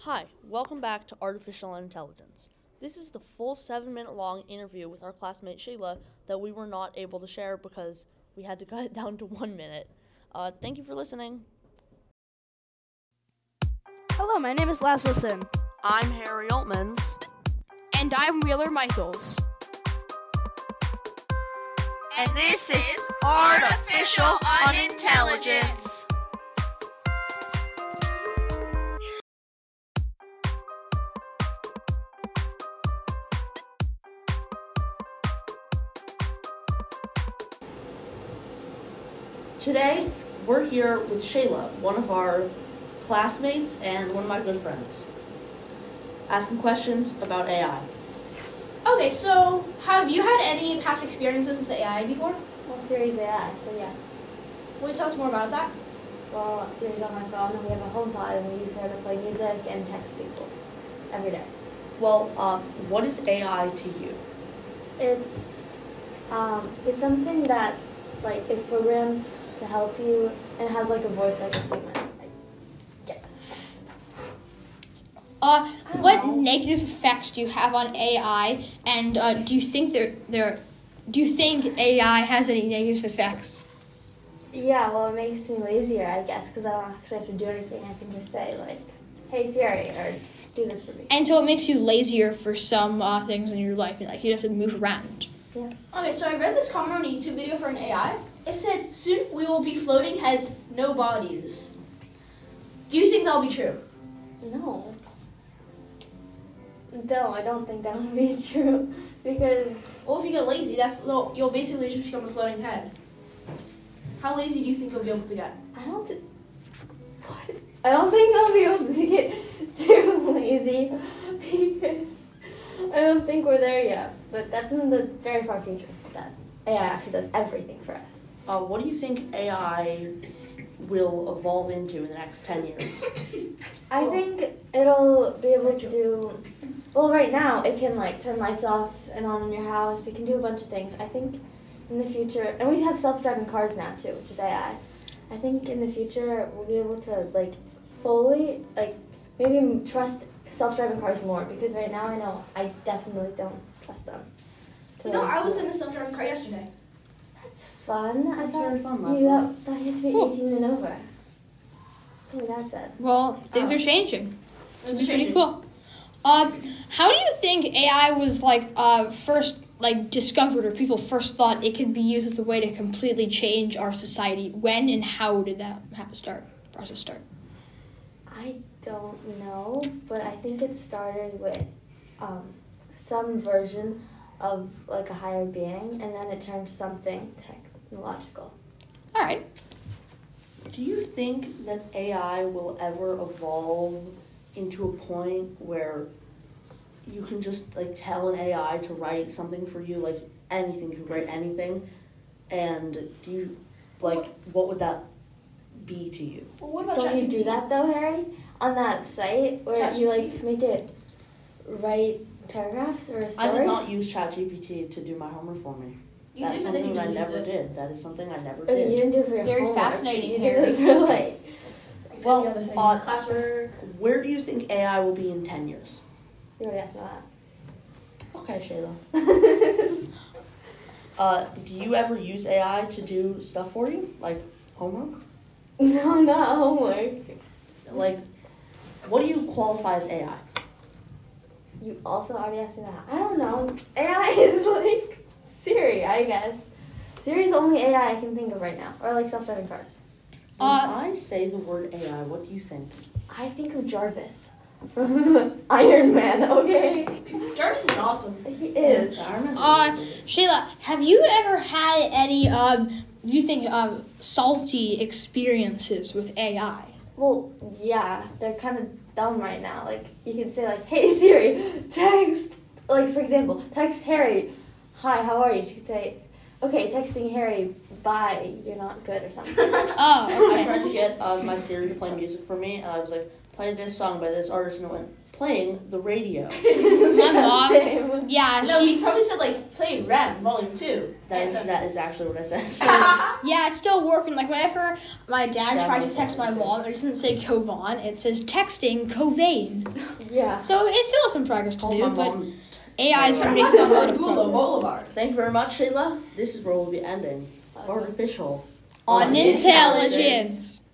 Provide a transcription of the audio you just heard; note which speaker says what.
Speaker 1: Hi, welcome back to Artificial Intelligence. This is the full seven minute long interview with our classmate Sheila that we were not able to share because we had to cut it down to one minute. Uh, thank you for listening.
Speaker 2: Hello, my name is Laszlo Sim.
Speaker 1: I'm Harry Altmans.
Speaker 2: And I'm Wheeler Michaels.
Speaker 3: And this is Artificial Unintelligence.
Speaker 1: Today, we're here with Shayla, one of our classmates and one of my good friends, asking questions about AI.
Speaker 4: Okay, so have you had any past experiences with AI before?
Speaker 5: Well, series AI, so yeah.
Speaker 4: Will you tell us more about that?
Speaker 5: Well, series on my phone, and we have a home pod, and we use her to play music and text people every day.
Speaker 1: Well, um, what is AI to you?
Speaker 5: It's um, it's something that like is programmed to help you, and it has like a voice like a human. Like, yeah.
Speaker 4: Uh, what negative effects do you have on AI, and uh, do you think there there do you think AI has any negative effects?
Speaker 5: Yeah. Well, it makes me lazier, I guess, because I don't actually have to do anything. I can just say like, "Hey Siri," or just "Do this for me."
Speaker 6: And so it makes you lazier for some uh, things in your life, and like you have to move around.
Speaker 4: Okay, so I read this comment on a YouTube video for an AI. It said, "Soon we will be floating heads, no bodies." Do you think that'll be true?
Speaker 5: No. No, I don't think that would be true because
Speaker 4: Well, if you get lazy, that's well, you'll basically just become a floating head. How lazy do you think you'll be able to get?
Speaker 5: I don't think. I don't think I'll be able to get too lazy because I don't think we're there yet. But that's in the very far future. That AI actually does everything for us.
Speaker 1: Uh, what do you think AI will evolve into in the next 10 years?
Speaker 5: I think it'll be able to do. Well, right now it can like turn lights off and on in your house. It can do a bunch of things. I think in the future, and we have self-driving cars now too, which is AI. I think in the future we'll be able to like fully like maybe m- trust self-driving cars more because right now I know I definitely don't trust them. So,
Speaker 4: You know, I was in a self-driving car yesterday.
Speaker 5: That's fun.
Speaker 1: That's
Speaker 5: I thought
Speaker 1: really fun,
Speaker 5: You
Speaker 1: Leslie.
Speaker 5: that, that has to be
Speaker 6: Cool.
Speaker 5: 18 and over. So that's it.
Speaker 6: Well, things
Speaker 5: Oh.
Speaker 6: are changing. This
Speaker 4: um, are
Speaker 6: is pretty
Speaker 4: changing.
Speaker 6: cool. Uh, how do you think AI was like uh, first like discovered, or people first thought it could be used as a way to completely change our society? When and how did that ha- start process start?
Speaker 5: I don't know, but I think it started with um, some version of like a higher being, and then it turned to something technological.
Speaker 6: All right.
Speaker 1: Do you think that AI will ever evolve into a point where you can just like tell an AI to write something for you, like anything, you can write anything, and do you like what would that be to you?
Speaker 4: Well, what about
Speaker 5: Don't you do
Speaker 4: ChatGPT?
Speaker 5: that though, Harry? On that site where you like
Speaker 4: ChatGPT.
Speaker 5: make it write paragraphs or a story.
Speaker 1: I did not use ChatGPT to do my homework for me.
Speaker 4: You
Speaker 1: That's
Speaker 4: did, but then you
Speaker 1: something I
Speaker 4: deleted
Speaker 1: never
Speaker 4: it.
Speaker 1: did. That is something I never
Speaker 5: Or Oh, you
Speaker 1: did.
Speaker 5: didn't do it for your
Speaker 6: Very
Speaker 5: homework.
Speaker 6: fascinating,
Speaker 5: You did it
Speaker 6: Harry.
Speaker 5: for like.
Speaker 1: Well,
Speaker 4: The other things,
Speaker 1: uh,
Speaker 4: classwork.
Speaker 1: where do you think AI will be in ten years?
Speaker 5: You already asked me that.
Speaker 1: Okay, Shayla. Uh, do you ever use AI to do stuff for you, like homework?
Speaker 5: no, not homework.
Speaker 1: Like, what do you qualify as AI?
Speaker 5: You also already asked me that. I don't know. AI is like Siri, I guess. Siri's the only AI I can think of right now, or like self-driving cars.
Speaker 1: When
Speaker 6: Uh,
Speaker 1: I say the word AI, what do you think?
Speaker 5: I think of Jarvis from Iron Man. Okay,
Speaker 4: Jarvis is awesome.
Speaker 5: he is.
Speaker 1: I remember.
Speaker 6: Uh, Shayla, have you ever had any um, you think um, salty experiences with AI?
Speaker 5: Well, yeah, they're kind of dumb right now. Like you can say like, "Hey Siri, text." Like for example, text Harry, "Hi, how are you?" She could say, "Okay, texting Harry, bye. You're not good" or something.
Speaker 6: Oh,
Speaker 1: I
Speaker 6: okay.
Speaker 1: uh, tried to get um, my Siri to play music for me, and I was like, play this song by this artist, and it went playing the radio.
Speaker 6: My mom.
Speaker 5: Same.
Speaker 6: Yeah,
Speaker 4: No,
Speaker 6: she,
Speaker 4: he probably said like play Rem Volume Two.
Speaker 1: That is
Speaker 4: And so-
Speaker 1: that is actually what it says.
Speaker 6: yeah, it's still working. Like whenever my dad
Speaker 1: That
Speaker 6: tries to
Speaker 1: was
Speaker 6: text my
Speaker 1: really
Speaker 6: mom, it doesn't say Kovan. It says texting Covain.
Speaker 5: Yeah.
Speaker 6: So it still has some progress to
Speaker 1: Called
Speaker 6: do,
Speaker 1: my
Speaker 6: but
Speaker 1: mom.
Speaker 6: AI is
Speaker 1: Yeah.
Speaker 6: going to
Speaker 4: I've
Speaker 6: make them
Speaker 4: done
Speaker 6: a lot
Speaker 4: like
Speaker 6: of
Speaker 4: Gula
Speaker 6: progress.
Speaker 4: Boulevard.
Speaker 1: Thank you very much, Sheila. This is where we'll be ending. Artificial.
Speaker 6: on
Speaker 1: On
Speaker 6: intelligence.